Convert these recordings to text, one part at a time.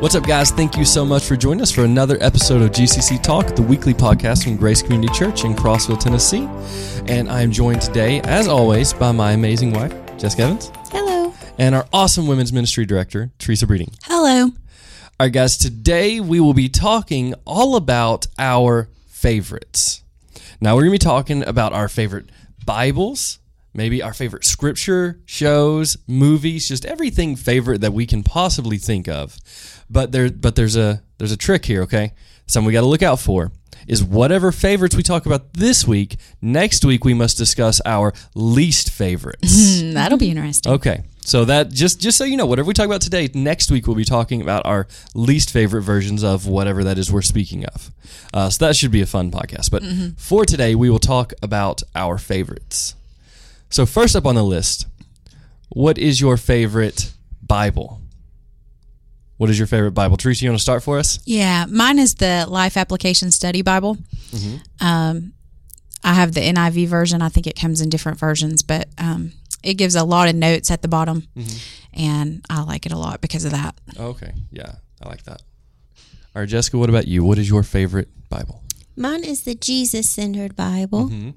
What's up, guys? Thank you so much for joining us for another episode of GCC Talk, the weekly podcast from Grace Community Church in Crossville, Tennessee. And I am joined today, as always, by my amazing wife, Jessica Evans, Hello. and our awesome women's ministry director, Teresa Breeding. Hello. All right, guys, today we will be talking all about our favorites. Now, we're going to be talking about our favorite Bibles, maybe our favorite scripture, shows, movies, just everything favorite that we can possibly think of. But there but there's a there's a trick here, okay? Something we got to look out for is whatever favorites we talk about this week, next week we must discuss our least favorites. Mm, that'll Mm-hmm. be interesting. Okay. So that just just so you know, whatever we talk about today, next week we'll be talking about our least favorite versions of whatever that is we're speaking of. Uh, so that should be a fun podcast. But for today, we will talk about our favorites. So first up on the list, what is your favorite Bible? What is your favorite Bible, Teresa? You want to start for us? Yeah, mine is the Life Application Study Bible. Mm-hmm. Um, I have the NIV version. I think it comes in different versions, but um, it gives a lot of notes at the bottom, Mm-hmm. and I like it a lot because of that. Okay, yeah, I like that. All right, Jessica, what about you? What is your favorite Bible? Mine is the Jesus centered Bible. Mm-hmm.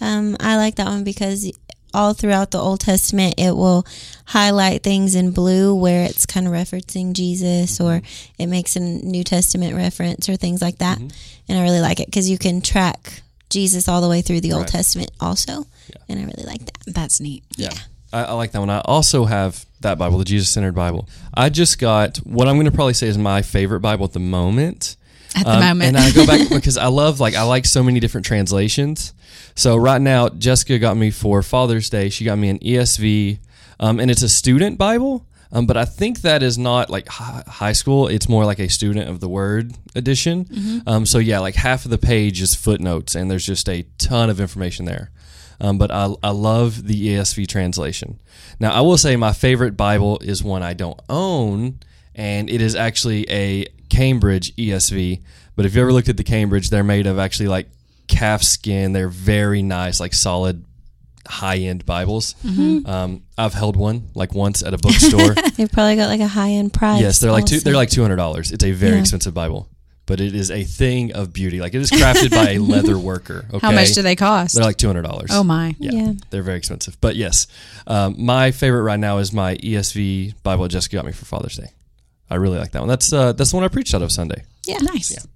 Um, I like that one because all throughout the Old Testament, it will highlight things in blue where it's kind of referencing Jesus or Mm-hmm. it makes a New Testament reference or things like that. And I really like it because you can track Jesus all the way through the Old Right. Testament also. And I really like that. That's neat. Yeah. I, I like that one. I also have that Bible, the Jesus Centered Bible. I just got what I'm going to probably say is my favorite Bible at the moment. At the Um, moment, And I go back because I love like I like so many different translations. So right now, Jessica got me for Father's Day. She got me an ESV, um, and it's a student Bible. Um, but I think that is not like hi- high school. It's more like a student of the word edition. Mm-hmm. Um, so yeah, like half of the page is footnotes, and there's just a ton of information there. Um, but I, I love the ESV translation. Now I will say my favorite Bible is one I don't own, and it is actually a Cambridge ESV. But if you ever looked at the Cambridge, they're made of actually like calf skin. They're very nice, like solid, high end Bibles. Mm-hmm. Um, I've held one like once at a bookstore. They've probably got like a high end price. yes, they're like two, also. they're like two hundred dollars. It's a very Yeah. expensive Bible, but it is a thing of beauty. Like it is crafted by a leather worker. Okay, how much do they cost? They're like two hundred dollars. oh my. Yeah, Yeah. they're very expensive. But yes, um, my favorite right now is my ESV Bible Jessica got me for Father's Day. I really like that one. That's uh, that's the one I preached out of Sunday. Yeah, nice.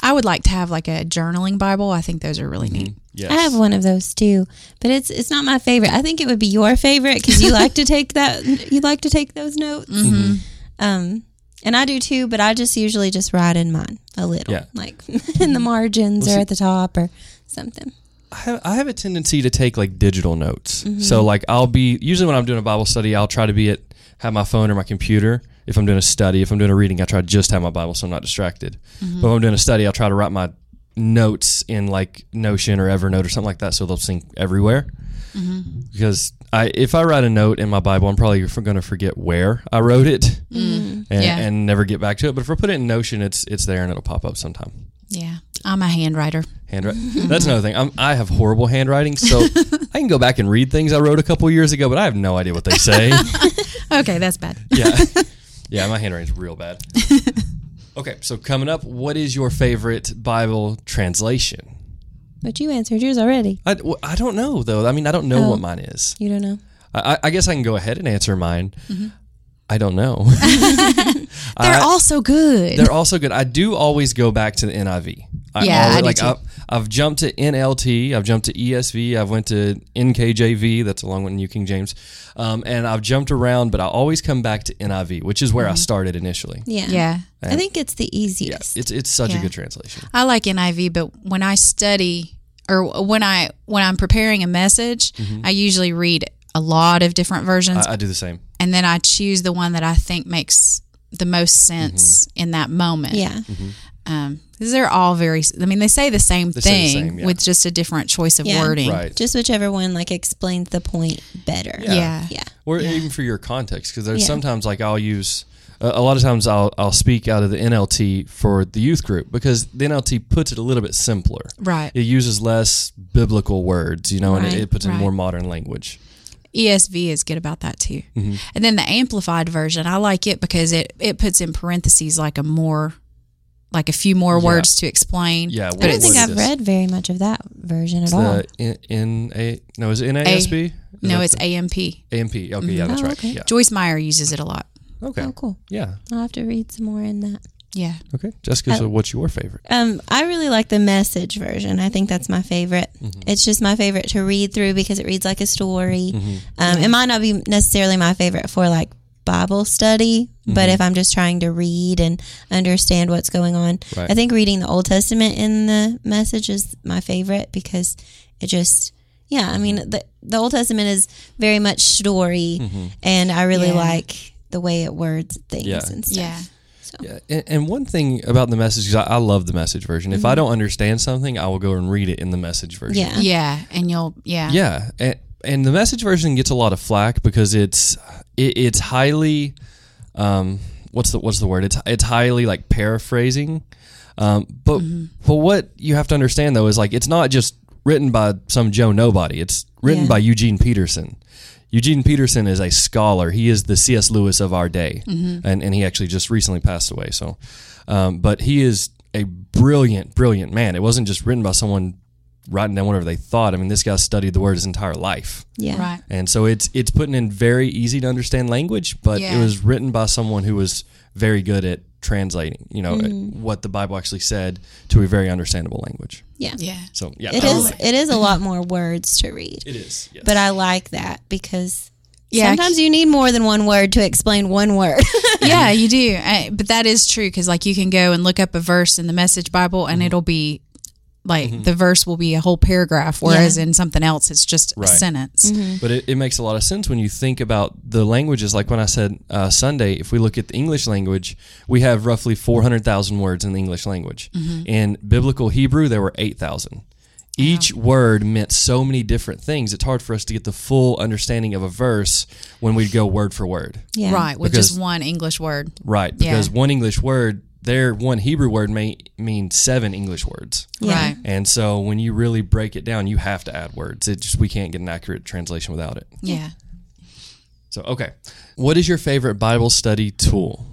I would like to have like a journaling Bible. I think those are really neat. Yes. I have one of those too, but it's it's not my favorite. I think it would be your favorite because you like to take that you like to take those notes, Mm-hmm. Mm-hmm. um, and I do too. But I just usually just write in mine a little, Yeah. like in the margins or at the top or something. I have, I have a tendency to take like digital notes. Mm-hmm. So like I'll be usually when I'm doing a Bible study, I'll try to be at have my phone or my computer. If I'm doing a study, if I'm doing a reading, I try to just have my Bible so I'm not distracted. Mm-hmm. But if I'm doing a study, I'll try to write my notes in like Notion or Evernote or something like that, so they'll sync everywhere. Mm-hmm. Because I, if I write a note in my Bible, I'm probably going to forget where I wrote it and, Yeah. and never get back to it. But if I put it in Notion, it's it's there and it'll pop up sometime Yeah, I'm a handwriter. handwriting. That's another thing. I'm, I have horrible handwriting, so I can go back and read things I wrote a couple years ago, but I have no idea what they say. Okay, that's bad. yeah, yeah, my handwriting's real bad. Okay, so coming up, what is your favorite Bible translation? But you answered yours already. I, well, I don't know though. I mean, I don't know Oh. what mine is. You don't know. I, I- I guess I can go ahead and answer mine. I don't know. They're I- all so good. They're also good. I do always go back to the NIV. I Yeah, I do like too. I've, I've jumped to NLT, I've jumped to ESV, I've went to NKJV. That's a long one, New King James, um, and I've jumped around, but I always come back to NIV, which is where Mm-hmm. I started initially. Yeah, yeah. I think it's the Yeah, easiest. it's it's such a Yeah. good translation. I like NIV, but when I study or when I when I'm preparing a message, Mm-hmm. I usually read a lot of different versions I, I do the same. and then I choose the one that I think makes the most sense Mm-hmm. in that moment. Yeah, Um, 'cause they're all very I mean they say the same say the thing same, yeah. with just a different choice of Yeah. wording. Right. just whichever one like explains the point better. Yeah. yeah. or even for your context because there's Yeah. sometimes like i'll use a a lot of times I'll, I'll speak out of the nlt for the youth group because the nlt puts it a little bit simpler Right. it uses less biblical words you know and Right, it, it puts in right. more modern language Mm-hmm. ESV E is good about that too. And then the amplified version, I like it because it it puts in parentheses like a more like a few more Yeah. words to explain. Yeah, But I don't it's- think What is I've this? read very much of that version at It's all. the N, N- A no is it NASB? Is no, that it's the- AMP. AMP. Okay, yeah, that's Oh, right. okay. Yeah. Joyce Meyer uses it a lot. Okay. Oh, cool. Yeah. I'll have to read some more in that. Yeah. Okay. Jessica, so Oh. what's your favorite? Um, I really like the message version. I think that's my favorite. Mm-hmm. It's just my favorite to read through because it reads like a story. Mm-hmm. Um, it might not be necessarily my favorite for like Bible study, Mm-hmm. but if I'm just trying to read and understand what's going on, Right. I think reading the Old Testament in the message is my favorite because it just, yeah, I mean, the, the Old Testament is very much story, Mm-hmm. and I really Yeah. like the way it words things Yeah. and stuff. Yeah. Yeah, and, and one thing about the message, 'cause I, I love the message version. If I don't understand something, I will go and read it in the message version. Mm-hmm. Yeah. Yeah. And you'll yeah. Yeah, and, and the message version gets a lot of flack because it's it, it's highly um what's the what's the word? It's it's highly like paraphrasing. Um, but but what you have to understand though is like it's not just written by some Joe nobody. It's written Yeah. by Eugene Peterson. Eugene Peterson is a scholar. He is the C.S. Lewis of our day, and and he actually just recently passed away. So, um, but he is a brilliant, brilliant man. It wasn't just written by someone writing down whatever they thought. I mean, this guy studied the word his entire life, Yeah. Right. and so it's it's putting in very easy to understand language. But Yeah. it was written by someone who was very good at translating, you know, Mm-hmm. what the Bible actually said to a very understandable language. Yeah. Yeah. So yeah, It I is. like It is a lot more words to read, It is. Yes. but I like that because Yeah. sometimes you need more than one word to explain one word. yeah, you do. I, but that is true because, like, you can go and look up a verse in the Message Bible, and it'll be like the verse will be a whole paragraph, whereas in something else, it's just Right. Mm-hmm. a sentence. But it, it makes a lot of sense when you think about the languages. Like when I said uh, Sunday, if we look at the English language, we have roughly 400,000 words in the English language. In biblical Hebrew, there were 8,000. Each word meant so many different things. It's hard for us to get the full understanding of a verse when we go word for word. yeah. Right, with Because- just one English word. Right. Yeah. Because one English word, their one Hebrew word may mean seven English words. Yeah. Right. And so when you really break it down, you have to add words. It just we can't get an accurate translation without it. Yeah. So, okay. What is your favorite Bible study tool?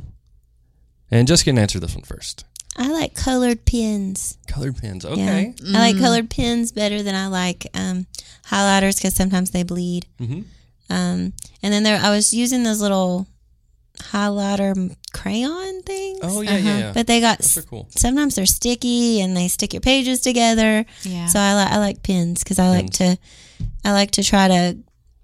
And Jessica can answer this one first. I like colored pins. Colored pens. Yeah. Okay. I Mm. like colored pins better than I like um, highlighters because sometimes they bleed. Mhm. Um, and then there, I was using those little highlighter crayon things. Oh, Uh-huh. yeah, yeah, yeah. But they got Those are s- cool. sometimes they're sticky and they stick your pages together. Yeah. So I like I like pins because I like to I like to try to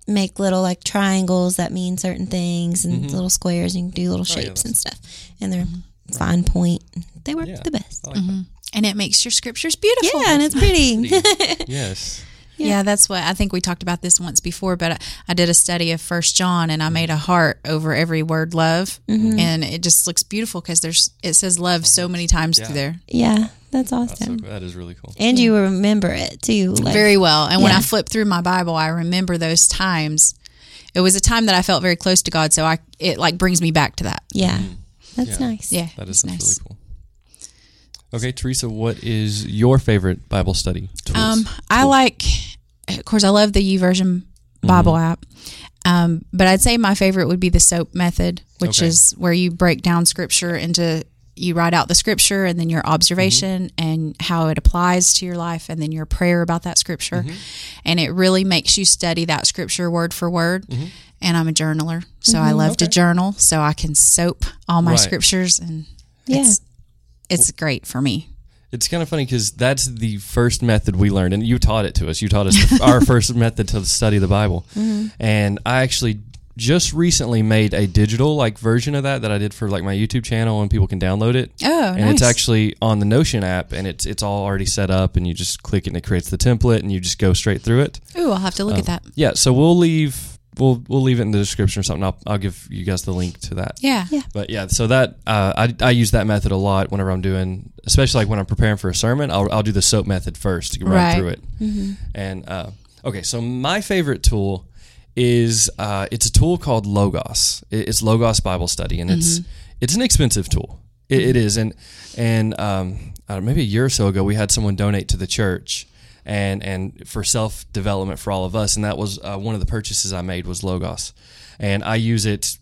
make little like triangles that mean certain things and little squares and you can do little Mm-hmm. Oh, yeah, Mm-hmm. shapes and stuff and they're fine point. They work Yeah. the best. I like and it makes your scriptures beautiful. Yeah, and it's pretty. that. Yes. Yeah. that's what I think we talked about this once before, but I, I did a study of First John and I made a heart over every word love, and it just looks beautiful because there's it says love so many times through there. yeah, that's That's Um, awesome. so, that is really cool. and you remember it too. Like, very well. And when Yeah. I flip through my Bible, I remember those times. It was a time that I felt very close to God, so I it like brings me back to that. yeah, that's Mm-hmm. Yeah. nice. Yeah, That is it's that's nice. really cool. Okay, Teresa, what is your favorite Bible study tool? Um, I like, of course, I love the YouVersion Mm-hmm. Bible app, um, but I'd say my favorite would be the SOAP method, which Okay. is where you break down scripture into you write out the scripture and then your observation Mm-hmm. and how it applies to your life and then your prayer about that scripture Mm-hmm. and it really makes you study that scripture word for word Mm-hmm. and i'm a journaler so i love to journal so i can soap all my Right. scriptures and Yeah. it's, it's great for me It's kind of funny because that's the first method we learned, and you taught it to us. You taught us our first method to study the Bible, Mm-hmm. and I actually just recently made a digital like version of that that I did for like my YouTube channel, and people can download it. Oh, and it's nice. actually on the Notion app, and it's it's all already set up, and you just click it, and it creates the template, and you just go straight through it. Ooh, i'll have Oh. to look at that Yeah, so we'll leave we'll we'll leave it in the description or something. I'll I'll give you guys the link to that. yeah Yeah. But yeah, so that uh, I, I use that method a lot whenever I'm doing, especially like when I'm preparing for a sermon. I'll, I'll do the soap method first to run Right. through it. Mm-hmm. And uh, okay, so my favorite tool is uh, it's a tool called Logos. It- It's Logos Bible Study, and it's it's an expensive tool. It, it is, and and um, I don't know, maybe a year or so ago we had someone donate to the church, and and for self development for all of us. And that was uh, one of the purchases I made was Logos, and I use it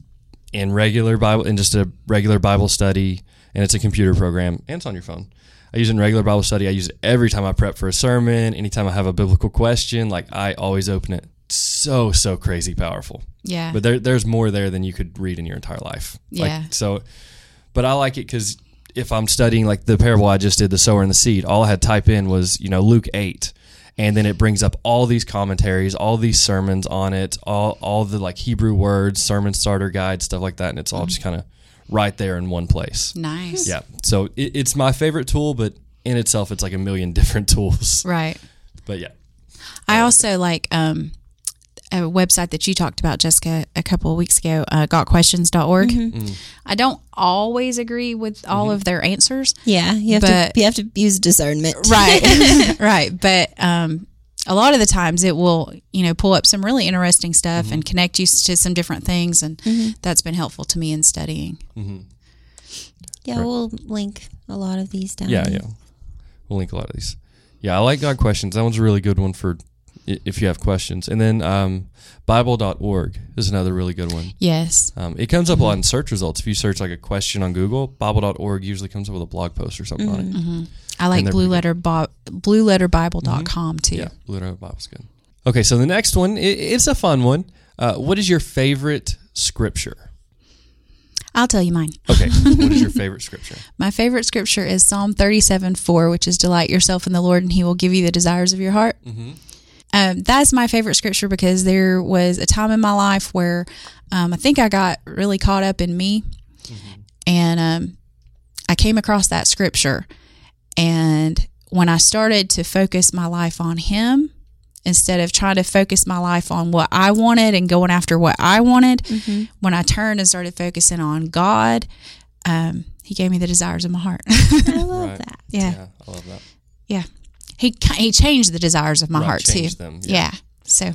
in regular Bible in just a regular Bible study, and it's a computer program and it's on your phone. I use it in regular Bible study. I use it every time I prep for a sermon. Anytime I have a biblical question, like I always open it. So so crazy powerful. Yeah. But there, there's more there than you could read in your entire life. Yeah. Like, so, but I like it because if I'm studying like the parable I just did, the sower and the seed, all I had to type in was you know Luke eight, and then it brings up all these commentaries, all these sermons on it, all all the like Hebrew words, sermon starter guide, stuff like that, and it's all just kind of right there in one place. Mm-hmm. nice. Yeah. So it, it's my favorite tool, but in itself, it's like a million different tools. Right. But yeah. I also like um, a website that you talked about, Jessica, a couple of weeks ago, uh, gotquestions.org. Mm. I don't always agree with all Mm-hmm. of their answers. Yeah, you have But- to you have to use discernment. Right. right. But um, a lot of the times it will, you know, pull up some really interesting stuff Mm-hmm. and connect you to some different things. And that's been helpful to me in studying. Yeah, we'll link a lot of these down. Yeah, yeah. We'll link a lot of these. Yeah, I like God questions. That one's a really good one for i- if you have questions. And then um, Bible.org is another really good one. Yes. Um, it comes up a lot in search results. If you search like a question on Google, Bible.org usually comes up with a blog post or something Mm-hmm. on it. I like they're blue letter, bo- blue letter Bible.com too. Mm-hmm. Yeah, Literate Bible's good. Okay, so the next one, i it's a fun one. Uh, what is your favorite scripture? I'll tell you mine. Okay, what is your favorite scripture? My favorite scripture is Psalm 37 4, which is delight yourself in the Lord and he will give you the desires of your heart. Mm-hmm. Um, that's my favorite scripture because there was a time in my life where um, I think I got really caught up in me. Mm-hmm. And um, I came across that scripture. And when I started to focus my life on him, instead of trying to focus my life on what I wanted and going after what I wanted, Mm-hmm. when I turned and started focusing on God, um, he gave me the desires of my heart. I love Right. that. yeah. Yeah, I love that. Yeah. He he changed the desires of my Right, heart too. changed them, yeah. Yeah. So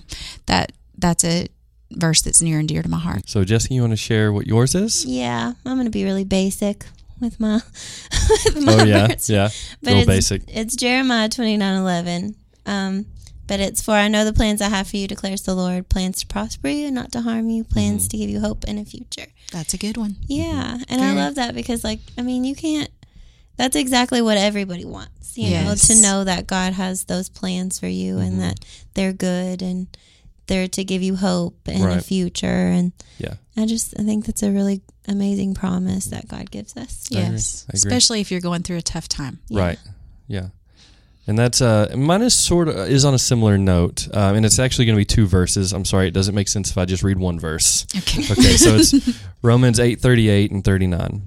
that that's a verse that's near and dear to my heart. So, Jesse, you want to share what yours is? Yeah, I'm gonna be really basic with my with my Oh, yeah, words. yeah. But Real it's, basic. It's Jeremiah 29:11. Um, but it's for I know the plans I have for you, declares the Lord, plans to prosper you, not to harm you, plans Mm-hmm. to give you hope and a future. That's a good one. Yeah, and I Good. love that because, like, I mean, you can't. That's exactly what everybody wants, you Yes. know, to know that God has those plans for you Mm-hmm. and that they're good and they're to give you hope and a Right. future. And Yeah. I just, I think that's a really amazing promise that God gives us. agree. Yes. I agree. Especially if you're going through a tough time. Yeah. Right. Yeah. And that's uh, mine is sort of is on a similar note, um, and it's actually going to be two verses. I'm sorry, it doesn't make sense if I just read one verse. Okay. Okay, so it's Romans eight thirty eight and thirty nine,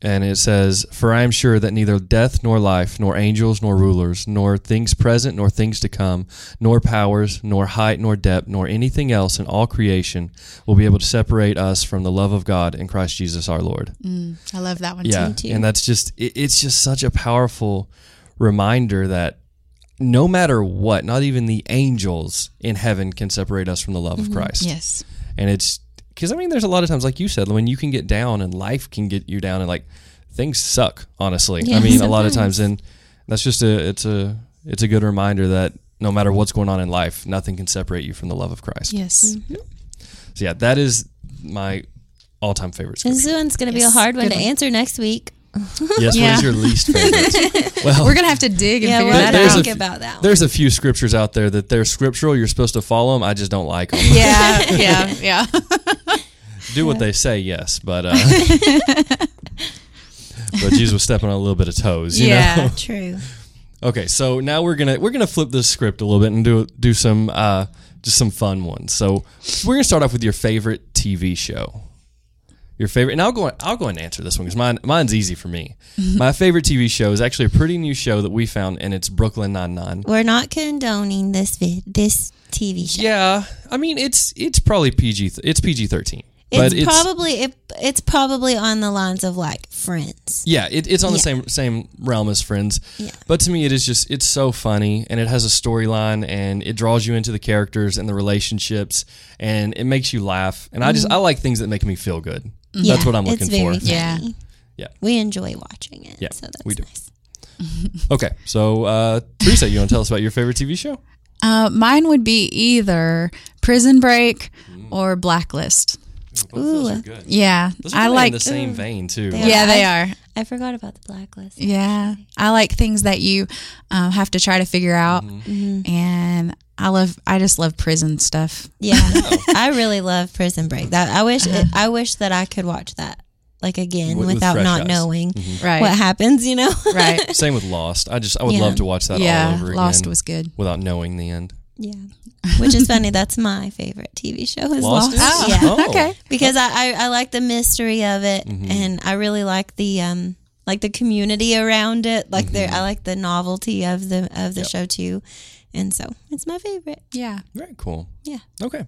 and it says, "For I am sure that neither death nor life, nor angels nor rulers, nor things present nor things to come, nor powers, nor height nor depth, nor anything else in all creation will be able to separate us from the love of God in Christ Jesus our Lord." Mm, I love that one yeah too. too. and that's just it, it's just such a powerful reminder that no matter what not even the angels in heaven can separate us from the love of christ Yes. and it's because i mean there's a lot of times like you said when you can get down and life can get you down and like things suck honestly i Yeah, mean a lot of sometimes. times and that's just a it's a it's a good reminder that no matter what's going on in life nothing can separate you from the love of christ Mm-hmm. Yes. so yeah that is my all-time favorite scripture This one's going to be a Yes, hard one good to one. answer next week. yes what Yeah. is your least favorite well We're going to have to dig and Yeah, figure There- we'll that have to there's out. think a- about that one. There's a few scriptures out there that they're scriptural. You're supposed to follow them. I just don't like them. yeah. Yeah. Yeah. Do what they say, yes, but uh, but Jesus was stepping on a little bit of toes. You Yeah. True. Know? Okay, so now we're gonna we're gonna flip this script a little bit and do do some uh, just some fun ones. So we're gonna start off with your favorite TV show. Your favorite, and I'll go. I'll go and answer this one because mine, mine's easy for me. My favorite TV show is actually a pretty new show that we found, and it's Brooklyn Nine Nine. We're not condoning this vid- this TV show. Yeah, I mean it's it's probably PG. Th- it's PG thirteen, but It's it's probably it, it's probably on the lines of like Friends. yeah, it, it's on the Yeah. same same realm as Friends. Yeah. But to me, it is just it's so funny, and it has a storyline, and it draws you into the characters and the relationships, and it makes you laugh. And I just I like things that make me feel good. Mm-hmm. That's what I'm looking Mm-hmm. it's very for. Funny. Yeah. Yeah. We enjoy watching it. Yeah, So that's we do. nice. Okay, so uh, Teresa, you want to tell us about your favorite TV show? Uh, mine would be either Prison Break or Blacklist. Those Ooh. are good. Yeah, Those are I kinda like. in the same vein too. They yeah, they are. I forgot about the blacklist. Yeah, I like things that you um, have to try to figure out, Mm-hmm. Mm-hmm. and I love. I just love prison stuff. Yeah, I really love Prison Break. That I wish Uh-huh. I wish that I could watch that like again With- with without fresh not eyes. Mm-hmm. knowing Right. what happens. You know, right. Same with Lost. I just I would Yeah. love to watch that all yeah. over again. Lost was good. without knowing the end. yeah. Which is funny. That's my favorite TV show is Lost. Lost is? Yeah, Oh. Okay. because I, I I like the mystery of it, Mm-hmm. and I really like the um like the community around it. Like there, Mm-hmm. I like the novelty of the of the show too, and so it's my favorite. Yeah. Very cool. Yeah. Okay.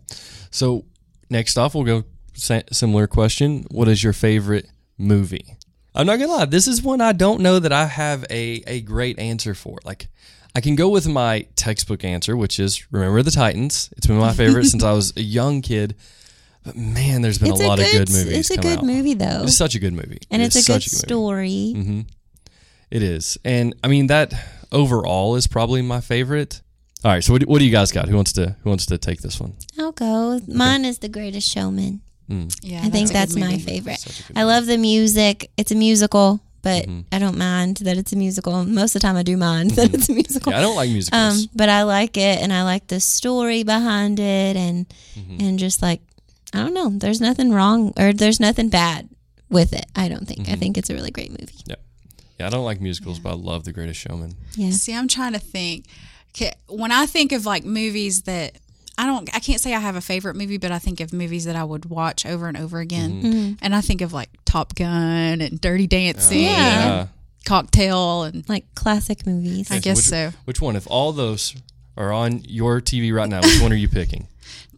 So next off, we'll go sa- similar question. What is your favorite movie? I'm not gonna lie. This is one I don't know that I have a a great answer for. Like, I can go with my textbook answer, which is Remember the Titans. It's been my favorite since I was a young kid. But man, there's been It's a lot of good movies. It's a come good out. movie though, It's such a good movie, and It it's, is a good such movie. Mm. story. Mm-hmm. It is. And I mean that overall is probably my favorite. All right, so what do, what do you guys got? Who wants to who wants to take this one? I'll go. Mine is The Greatest Showman. Mm. Yeah. I think a good that's my movie. favorite. I love the music. It's a musical, but Mm-hmm. I don't mind that it's a musical. Most of the time, I do mind that it's a Mm-hmm. musical. Yeah, I don't like musicals. um, but I like it, and I like the story behind it, and Hmm. Mm-hmm. and just like I don't know. There's nothing wrong, or there's nothing bad with it. I don't think. Mm-hmm. I think it's a really great movie. yeah. yeah, I don't like musicals, but I love The Greatest Showman. Yeah. See, I'm trying to think. 'Kay, When I think of like movies that I don't, I can't say I have a favorite movie, but I think of movies that I would watch over and over again. Mm-hmm. Mm-hmm. And I think of like Top Gun and Dirty Oh, Dancing, Yeah. and Cocktail, and Like classic movies. I guess which, so. Which one? If all those are on your TV right now, which one are you picking?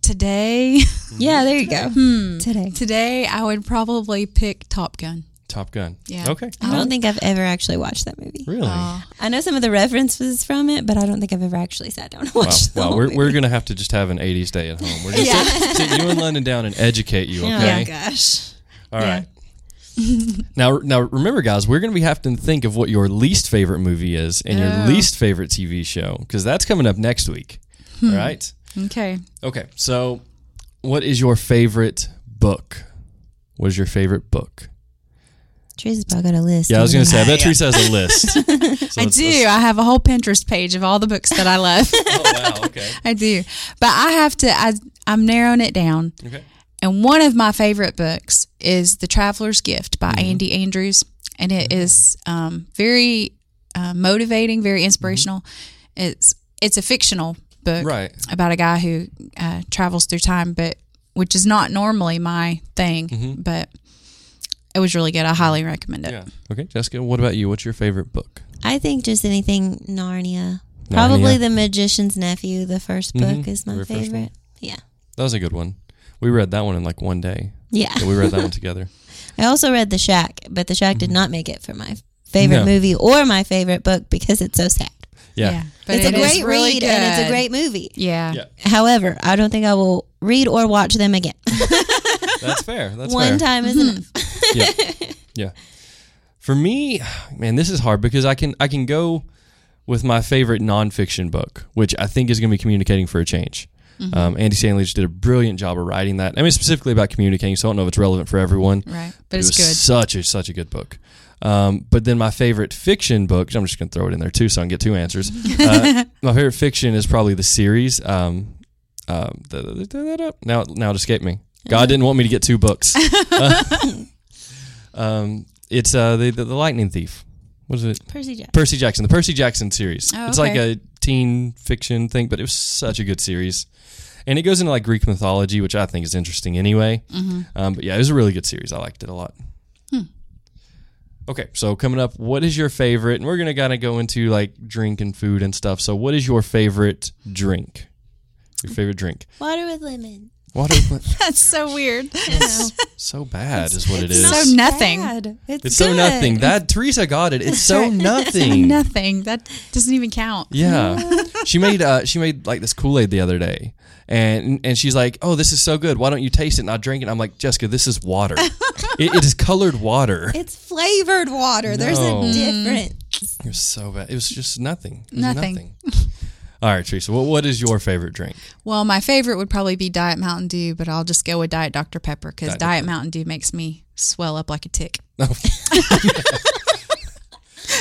Today, Yeah, there you go. Today. today I would probably pick Top Gun. Top Gun. Yeah. Okay. I don't think I've ever actually watched that movie. Really? Uh, I know some of the references from it, but I don't think I've ever actually sat down and wow. watched the wow. whole We're, movie. we're gonna have to just have an '80s day at home. We're just sit, sit you and London down and educate you. Okay. Yeah. gosh. All right. now, now remember, guys, we're going to be having to think of what your least favorite movie is and your least favorite TV show because that's coming up next week. All right. Okay. Okay. So, what is your favorite book? What is your favorite book? Teresa's probably got a list. Yeah, I was going to haven't say, I bet Teresa has a list. So I let's- do. let's- I have a whole Pinterest page of all the books that I love. Oh, wow. Okay. I do. But I have to, I, I'm narrowing it down. Okay. And one of my favorite books is The Traveler's Gift by Mm-hmm. Andy Andrews. And it is um, very uh, motivating, Mm-hmm. very inspirational. It's it's a fictional book Right. about a guy who uh, travels through time, but which is not normally my thing, but it was really good. I highly recommend it. Mm-hmm. Yeah. Okay. Jessica, what about you? What's your favorite book? done. I think just anything Narnia. Probably Narnia. The Magician's Nephew, the first book, Mhm. is my Very first one. favorite. Yeah. That was a good one. We read that one in like one day. Yeah. Yeah, we read that one together. I also read The Shack, but The Shack did not make it for my favorite Mm-hmm. No. movie or my favorite book because it's so sad. yeah. But it's a it is great really read and it's good. a great movie. Yeah. Yeah. However, I don't think I will read or watch them again. That's fair. That's fair. One time is Mm-hmm. enough. yeah. Yeah. For me, man, this is hard because I can I can go with my favorite nonfiction book, which I think is going to be communicating for a change. Mm-hmm. Um, Andy Stanley just did a brilliant job of writing that. I mean, specifically about communicating, so I don't know if it's relevant for everyone. Right. But, It it's was good. Such a such a good book. Um, but then my favorite fiction book, I'm just going to throw it in there too, so I can get two answers. Uh, my favorite fiction is probably the series. Um, um, da- da- da- da- da- da. now, now it escaped me. God didn't want me to get two books. um, it's uh, the, the the Lightning Thief. What is it? Percy Jackson. Percy Jackson. The Percy Jackson series. Oh, It's like okay. a teen fiction thing, but it was such a good series. And it goes into like Greek mythology, which I think is interesting anyway. Mm-hmm. Um, but yeah, it was a really good series. I liked it a lot. Hmm. Okay, so coming up, what is your favorite? And we're gonna kind of go into like drink and food and stuff. So, what is your favorite drink? Your favorite drink? Water with lemon. Water plant. That's so weird. so bad is what it is. So nothing. Bad. It's, it's so good. nothing. That Teresa got it. It's so nothing. nothing. That doesn't even count. Yeah. she made uh she made like this Kool-Aid the other day. And and she's like, "Oh, this is so good. Why don't you taste it?" And I drink it. I'm like, "Jessica, this is water. it, it is colored water." It's flavored water. There's No. Mm. a difference. It was so bad. It was just nothing. It was Nothing. All right, Teresa. What what is your favorite drink? Well, my favorite would probably be Diet Mountain Dew, but I'll just go with Diet Dr. Pepper because Diet Diet, Mountain Dew makes me swell up like a tick.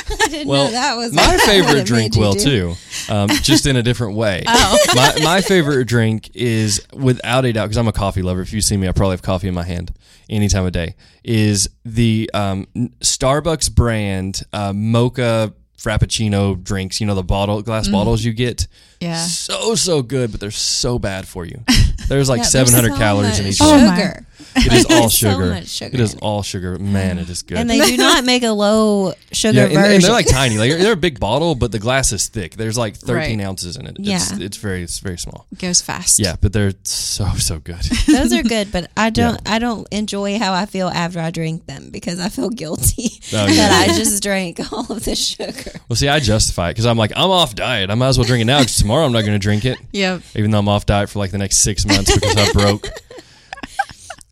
I didn't Well, know that was my what favorite it drink. made you Will do. Oh. too, um, just in a different way. My, my favorite drink is without a doubt because I'm a coffee lover. If you see me, I probably have coffee in my hand any time of day. Is the um, n- Starbucks brand uh, mocha frappuccino drinks? You know the bottle Mm. glass bottles you get. Yeah. so so good, but they're so bad for you. There's like Yeah, there's 700 so calories in much each. Oh one. my. sugar. It is all There's so sugar. much sugar It is in all sugar. Man, it is good. And they do not make a low sugar Yeah, and, version. and they're like tiny. Like they're a big bottle, but the glass is thick. There's like 13 Right. ounces in it. It's, Yeah. it's very it's very small. Goes fast. Yeah, but they're so so good. Those are good, but I don't. I don't enjoy how I feel after I drink them because I feel guilty Oh, yeah. that I just drank all of the sugar. well, see, I justify it because I'm like I'm off diet. I might as well drink it now because tomorrow I'm not going to drink it, Yep. even though I'm off diet for like the next six months because I broke.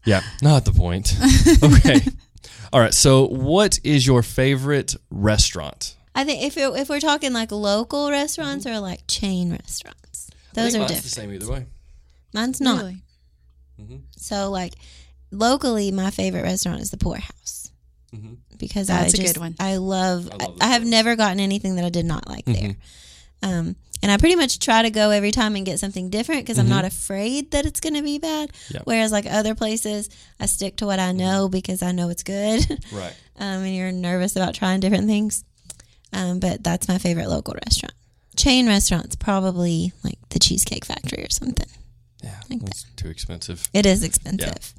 Yeah, not the point. Okay. All right. So, what is your favorite restaurant? I think if it, if we're talking like local restaurants Mm-hmm. or like chain restaurants, those are different. same either way. Mine's not. Really? So like locally, my favorite restaurant is the Poor House Mhm. because That's I a just good one. I I love love. I, the I have Poorhouse. Mm-hmm. never gotten anything that I did not like there. Um, and I pretty much try to go every time and get something different because Mm-hmm. I'm not afraid that it's going to be bad. Yeah. Whereas like other places, I stick to what Mm-hmm. I know because I know it's good. Right. um, and you're nervous about trying different things. Um, but that's my favorite local restaurant. Chain restaurants probably like the Cheesecake Factory or something. Yeah. Like that. It's too expensive. It is expensive.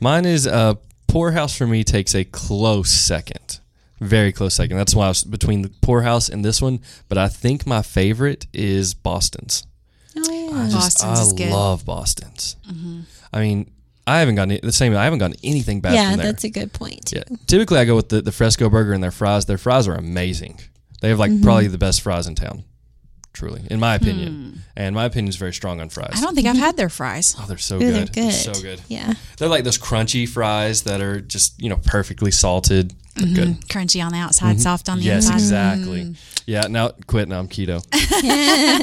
Mine is uh, poorhouse for me takes a close second, very close second. That's why I was between the poorhouse and this one. But I think my favorite is Boston's. Oh yeah. I just- Boston's I is good. love Boston's. I mean, I haven't gotten it- the same. I haven't gotten anything bad yeah, from there. that's a good point. yeah. Typically, I go with the, the Fresco burger and their fries. Their fries are amazing. They have like probably the best fries in town, truly, in my opinion. And my opinion is very strong on fries. I don't think I've had their fries. Oh, they're so Ooh, good. they're good. So good. Yeah. They're like those crunchy fries that are just, you know, perfectly salted. They're Good. Mm-hmm. Mm-hmm. Crunchy on the outside, soft on the Yes, inside. Mm. exactly. Yeah, now quit. Now I'm keto.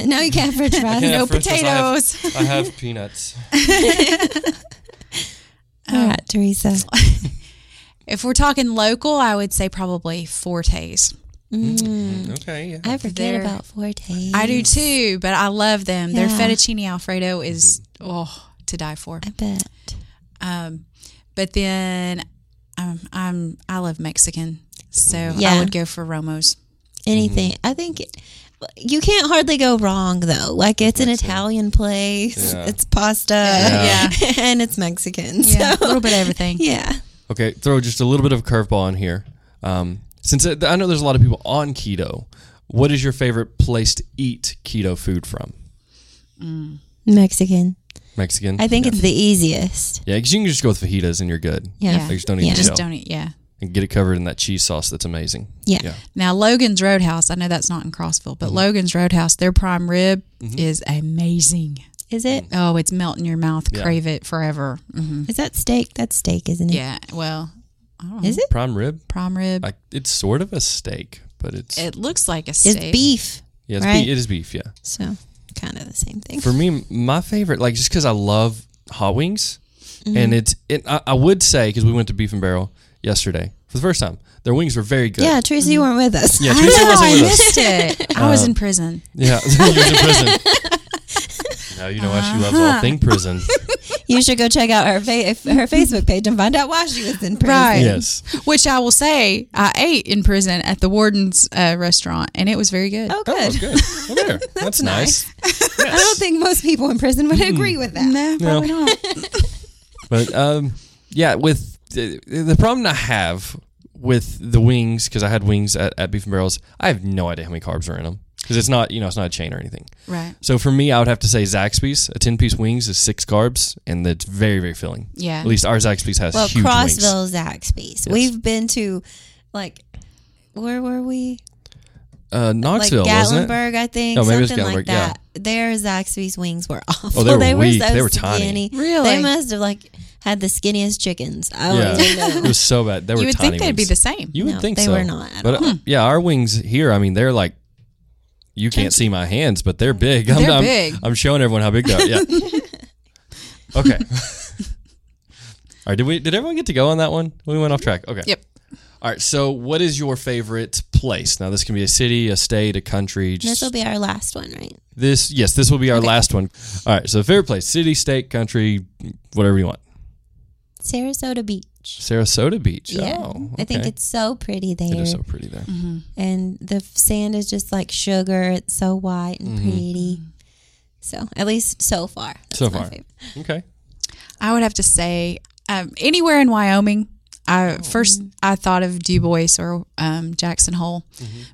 no, you can't french fries. Yeah, No for instance, potatoes. I have, I have peanuts. All right, Teresa. If we're talking local, I would say probably Fortes. Okay, yeah. I forget They're- about Forte. I do too, but I love them. Their Yeah. fettuccine alfredo is Mm-hmm. oh to die for. I bet. Um, but then um, I'm I love Mexican, so I Yeah. would go for Romo's. Anything. Mm-hmm. I think you can't hardly go wrong though. Like it's an Mexican. Italian place. Yeah. It's pasta. Yeah. and it's Mexican. Yeah, a So little bit of everything. yeah. Okay, throw just a little bit of a curveball in here. Um, since I I know there's a lot of people on keto, what is your favorite place to eat keto food from? Mexican. Mexican? I think it's the easiest. yeah, because you can just go with fajitas and you're good. Yeah. Yeah. Like, just don't eat Yeah. the Just shell. don't eat. Yeah. And get it covered in that cheese sauce that's amazing. Yeah. Yeah. Now Logan's Roadhouse. I know that's not in Crossville, Mm-hmm. but Logan's Roadhouse, their prime rib is amazing. Is it? Oh, it's melt in your mouth. Yeah. Crave it forever. hmm Is that steak? That's steak, isn't it? Yeah. Well, I don't know. Is it? Prime rib? prime rib? Like, it's sort of a steak, but it's. it looks like a It's steak. beef. Yeah, it's Right. beef, it is beef. Yeah, So kind of the same thing. for me, my favorite, like just because I love hot wings, and it's, it, I, I would say because we went to Beef and Barrel yesterday for the first time, their wings were very good. Yeah, Teresa, you weren't with us. yeah, I Teresa know. wasn't I with Uh. us. missed it. I was in prison. Yeah, you was in prison. now you know why she loves all thing prison. You should go check out her fa- her Facebook page and find out why she was in prison. Right. yes, Which I will say, I ate in prison at the warden's uh, restaurant, and it was very good. Oh, oh, good. that's good. Well, there, that's, nice. I don't think most people in prison would agree with that. No, probably not. But um, yeah, with the, the problem I have with the wings because I had wings at, at Beef and Barrels, I have no idea how many carbs are in them. because it's not you know it's not a chain or anything. Right. So for me, I would have to say Zaxby's. A ten piece wings is six carbs, and it's very very filling. Yeah. At least our Zaxby's has Well, huge wings. Crossville Zaxby's. We've been to, like, where were we? Uh, Knoxville, like wasn't it? Gatlinburg, I think. No, maybe it was something Gatlinburg, like yeah. Oh, that. Their Zaxby's wings were awful. they were weak. so They were tiny. skinny. Really? They must have like had the skinniest chickens. I Yeah, don't even know. it was so bad. They were you would tiny think they'd be wings. the same. You would No, think they so. were not at but uh, yeah, our wings here. I mean, they're like you can't see my hands, but they're big. I'm, They're I'm, big. I'm showing everyone how big they are. Yeah. okay. All right. Did we? Did everyone get to go on that one? We went off track. Okay. Yep. All right. So, what is your favorite place? Now, this can be a city, a state, a country. This will Just be our last one, right? this. Yes, this will be our last one. All right. So, favorite place: city, state, country, whatever you want. Sarasota Beach. Sarasota Beach. Yeah. Oh, I think okay. it's so pretty It there. Mm. is so pretty there. and the f- sand is just like sugar. It's so white and pretty. So, at least so far. That's Mm-hmm. So my far. favorite. Okay. I would have to say um, anywhere in Wyoming. I first I thought of Du Bois or um, Jackson Hole,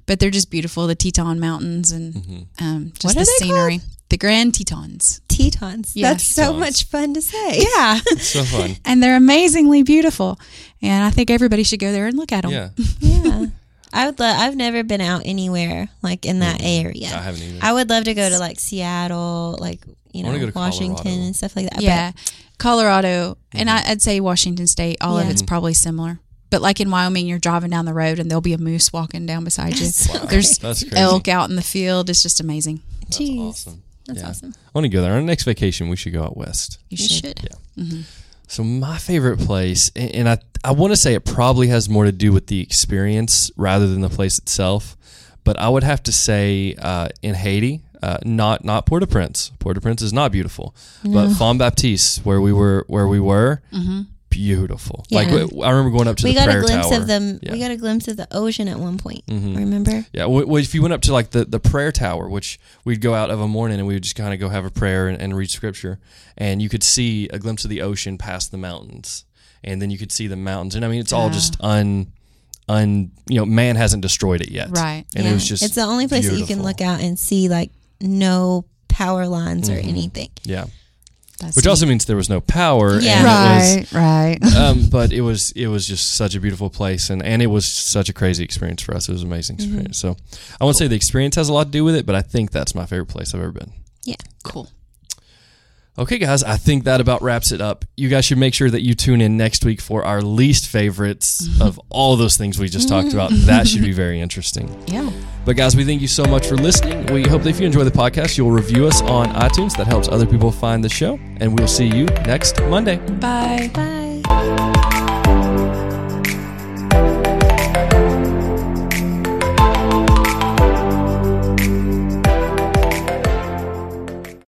but they're just beautiful. The Teton Mountains and um, just What are the they scenery. The Grand Tetons, Tetons. Yeah. That's so Tetons. much fun to say. Yeah. So fun. and they're amazingly beautiful. And I think everybody should go there and look at them. Yeah. yeah. I would love I've never been out anywhere like in that Mm-hmm. area. I haven't either. I would love to go to like Seattle, like you I know wanna go to Washington Colorado. and stuff like that. yeah. Colorado, and I, I'd say Washington State. All of Yeah. it's probably similar. But like in Wyoming, you're driving down the road and there'll be a moose walking down beside you. There's That's crazy. elk out in the field. It's just amazing. But, That's jeez, awesome. that's Yeah. awesome. I want to go there. On our next vacation, we should go out west. You You should. should. So my favorite place, and, and I I want to say it probably has more to do with the experience rather than the place itself, but I would have to say uh, in Haiti, uh, not not Port-au-Prince. Port-au-Prince is not beautiful, but Font Baptiste, where we were, where we were, Mm-hmm. beautiful. Like Yeah. w- I remember going up to We the got a prayer glimpse tower. of the Yeah. Mm-hmm. we got a glimpse of the ocean at one point. Remember? Yeah, w- w- if you went up to like the, the prayer tower, which we'd go out of a morning and we would just kind of go have a prayer and, and read scripture, and you could see a glimpse of the ocean past the mountains, and then you could see the mountains, and I mean it's all just un, un, you know, man hasn't destroyed it yet, Right. And it was just it's the only place that you can beautiful. look out and see like no power lines or Mm-hmm. anything. yeah, That's which also means there was no power, Yeah. and it was- right, right. um, but it was it was just such a beautiful place, and, and it was such a crazy experience for us. It was an amazing experience. So I won't say the experience has a lot to do with it, but I think that's my favorite place I've ever been. Yeah. Cool. Okay, guys, I think that about wraps it up. You guys should make sure that you tune in next week for our least favorites of all those things we just talked about. That should be very interesting. Yeah. But, guys, we thank you so much for listening. We hope that if you enjoy the podcast, you'll review us on iTunes. That helps other people find the show. And we'll see you next Monday. Bye. Bye.